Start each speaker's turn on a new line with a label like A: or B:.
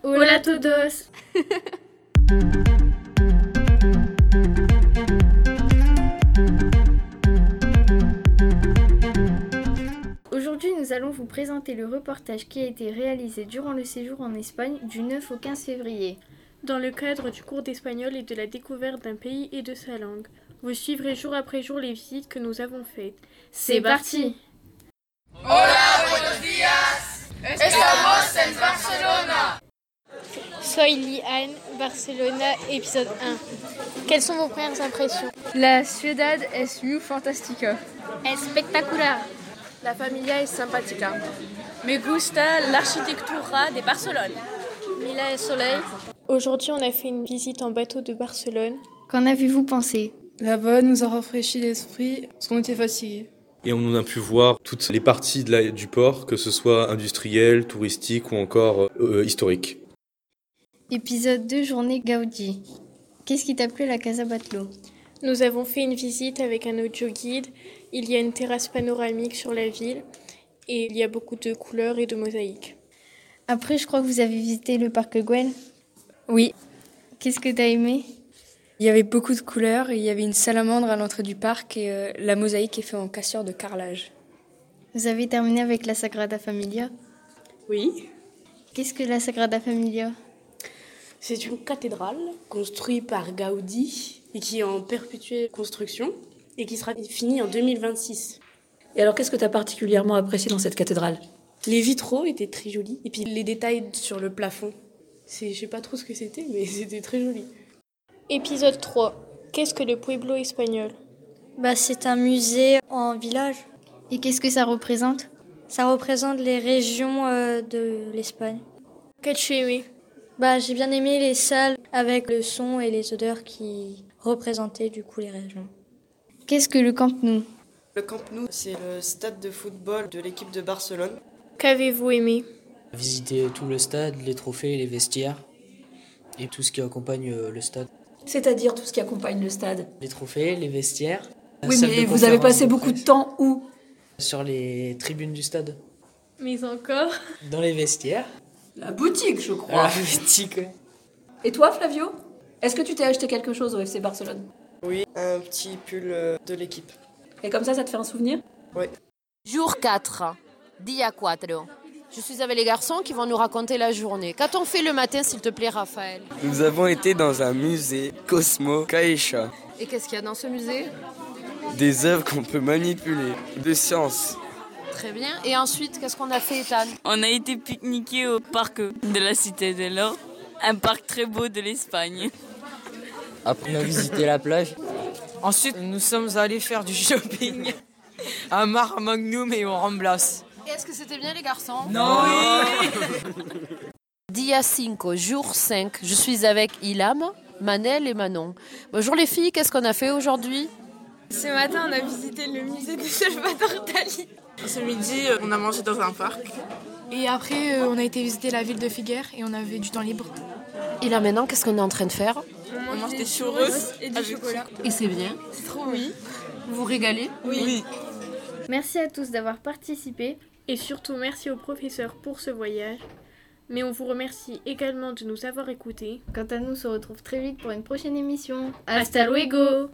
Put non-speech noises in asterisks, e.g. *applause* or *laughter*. A: Hola todos. *laughs* Aujourd'hui, nous allons vous présenter le reportage qui a été réalisé durant le séjour en Espagne du 9 au 15 février.
B: Dans le cadre du cours d'espagnol et de la découverte d'un pays et de sa langue, vous suivrez jour après jour les visites que nous avons faites.
A: C'est parti
C: Hola, buenos días. Estamos en Barcelona.
D: Soy Liane, Barcelona, épisode 1. Quelles sont vos premières impressions
E: La ciudad es muy fantástica.
F: Es espectacular.
G: La familia es simpática.
H: Me gusta la arquitectura de Barcelone.
I: Mila et soleil.
B: Aujourd'hui, on a fait une visite en bateau de Barcelone.
A: Qu'en avez-vous pensé
J: Là-bas, nous a rafraîchi l'esprit parce qu'on était fatigués.
K: Et on a pu voir toutes les parties de la, du port, que ce soit industriel, touristique ou encore euh, historique.
A: Épisode 2, journée Gaudi. Qu'est-ce qui t'a plu à la Casa Batlló
B: Nous avons fait une visite avec un audio guide. Il y a une terrasse panoramique sur la ville et il y a beaucoup de couleurs et de mosaïques.
A: Après, je crois que vous avez visité le parc Güell.
E: Oui.
A: Qu'est-ce que t'as aimé
E: il y avait beaucoup de couleurs, et il y avait une salamandre à l'entrée du parc et euh, la mosaïque est faite en cassure de carrelage.
A: Vous avez terminé avec la Sagrada Familia
L: Oui.
A: Qu'est-ce que la Sagrada Familia
L: C'est une cathédrale construite par Gaudi et qui est en perpétuelle construction et qui sera finie en 2026.
M: Et alors qu'est-ce que tu as particulièrement apprécié dans cette cathédrale
L: Les vitraux étaient très jolis et puis les détails sur le plafond. C'est, je sais pas trop ce que c'était, mais *laughs* c'était très joli.
B: Épisode 3. Qu'est-ce que le pueblo espagnol
N: bah, C'est un musée en village.
A: Et qu'est-ce que ça représente
N: Ça représente les régions euh, de l'Espagne.
B: Qu'as-tu aimé
N: bah, J'ai bien aimé les salles avec le son et les odeurs qui représentaient du coup les régions.
A: Qu'est-ce que le Camp Nou
O: Le Camp Nou, c'est le stade de football de l'équipe de Barcelone.
B: Qu'avez-vous aimé
P: Visiter tout le stade, les trophées, les vestiaires et tout ce qui accompagne euh, le stade.
M: C'est-à-dire tout ce qui accompagne le stade
P: Les trophées, les vestiaires.
M: Oui, mais vous avez passé beaucoup de temps où
P: Sur les tribunes du stade.
B: Mais encore
P: Dans les vestiaires.
M: La boutique, je
P: *laughs*
M: crois.
P: La boutique, ouais.
M: Et toi, Flavio Est-ce que tu t'es acheté quelque chose au FC Barcelone
O: Oui, un petit pull de l'équipe.
M: Et comme ça, ça te fait un souvenir
O: Oui.
Q: Jour 4, dia 4. Je suis avec les garçons qui vont nous raconter la journée. Qu'a-t-on fait le matin, s'il te plaît, Raphaël
R: Nous avons été dans un musée, Cosmo Kaesha.
Q: Et qu'est-ce qu'il y a dans ce musée
R: Des œuvres qu'on peut manipuler, de science.
Q: Très bien. Et ensuite, qu'est-ce qu'on a fait, Ethan
S: On a été pique-niquer au parc de la Cité de l'Or, un parc très beau de l'Espagne.
T: Après, on a visité la plage.
H: Ensuite, nous sommes allés faire du shopping à Mar Magnum et au Ramblas.
Q: Est-ce que c'était bien les garçons
H: Non
Q: *laughs* Dia 5, jour 5, je suis avec Ilham, Manel et Manon. Bonjour les filles, qu'est-ce qu'on a fait aujourd'hui
P: Ce matin, on a visité le musée de Salvador Dali.
C: Ce midi, euh, on a mangé dans un parc.
B: Et après, euh, on a été visiter la ville de Figueres et on avait du temps libre.
Q: Et là maintenant, qu'est-ce qu'on est en train de faire
C: On, on mange des, des churros et du chocolat.
Q: Et c'est bien
C: C'est trop oui.
Q: Vous vous régalez
C: oui. oui.
A: Merci à tous d'avoir participé.
B: Et surtout merci aux professeurs pour ce voyage. Mais on vous remercie également de nous avoir écoutés.
A: Quant à nous, on se retrouve très vite pour une prochaine émission.
B: Hasta luego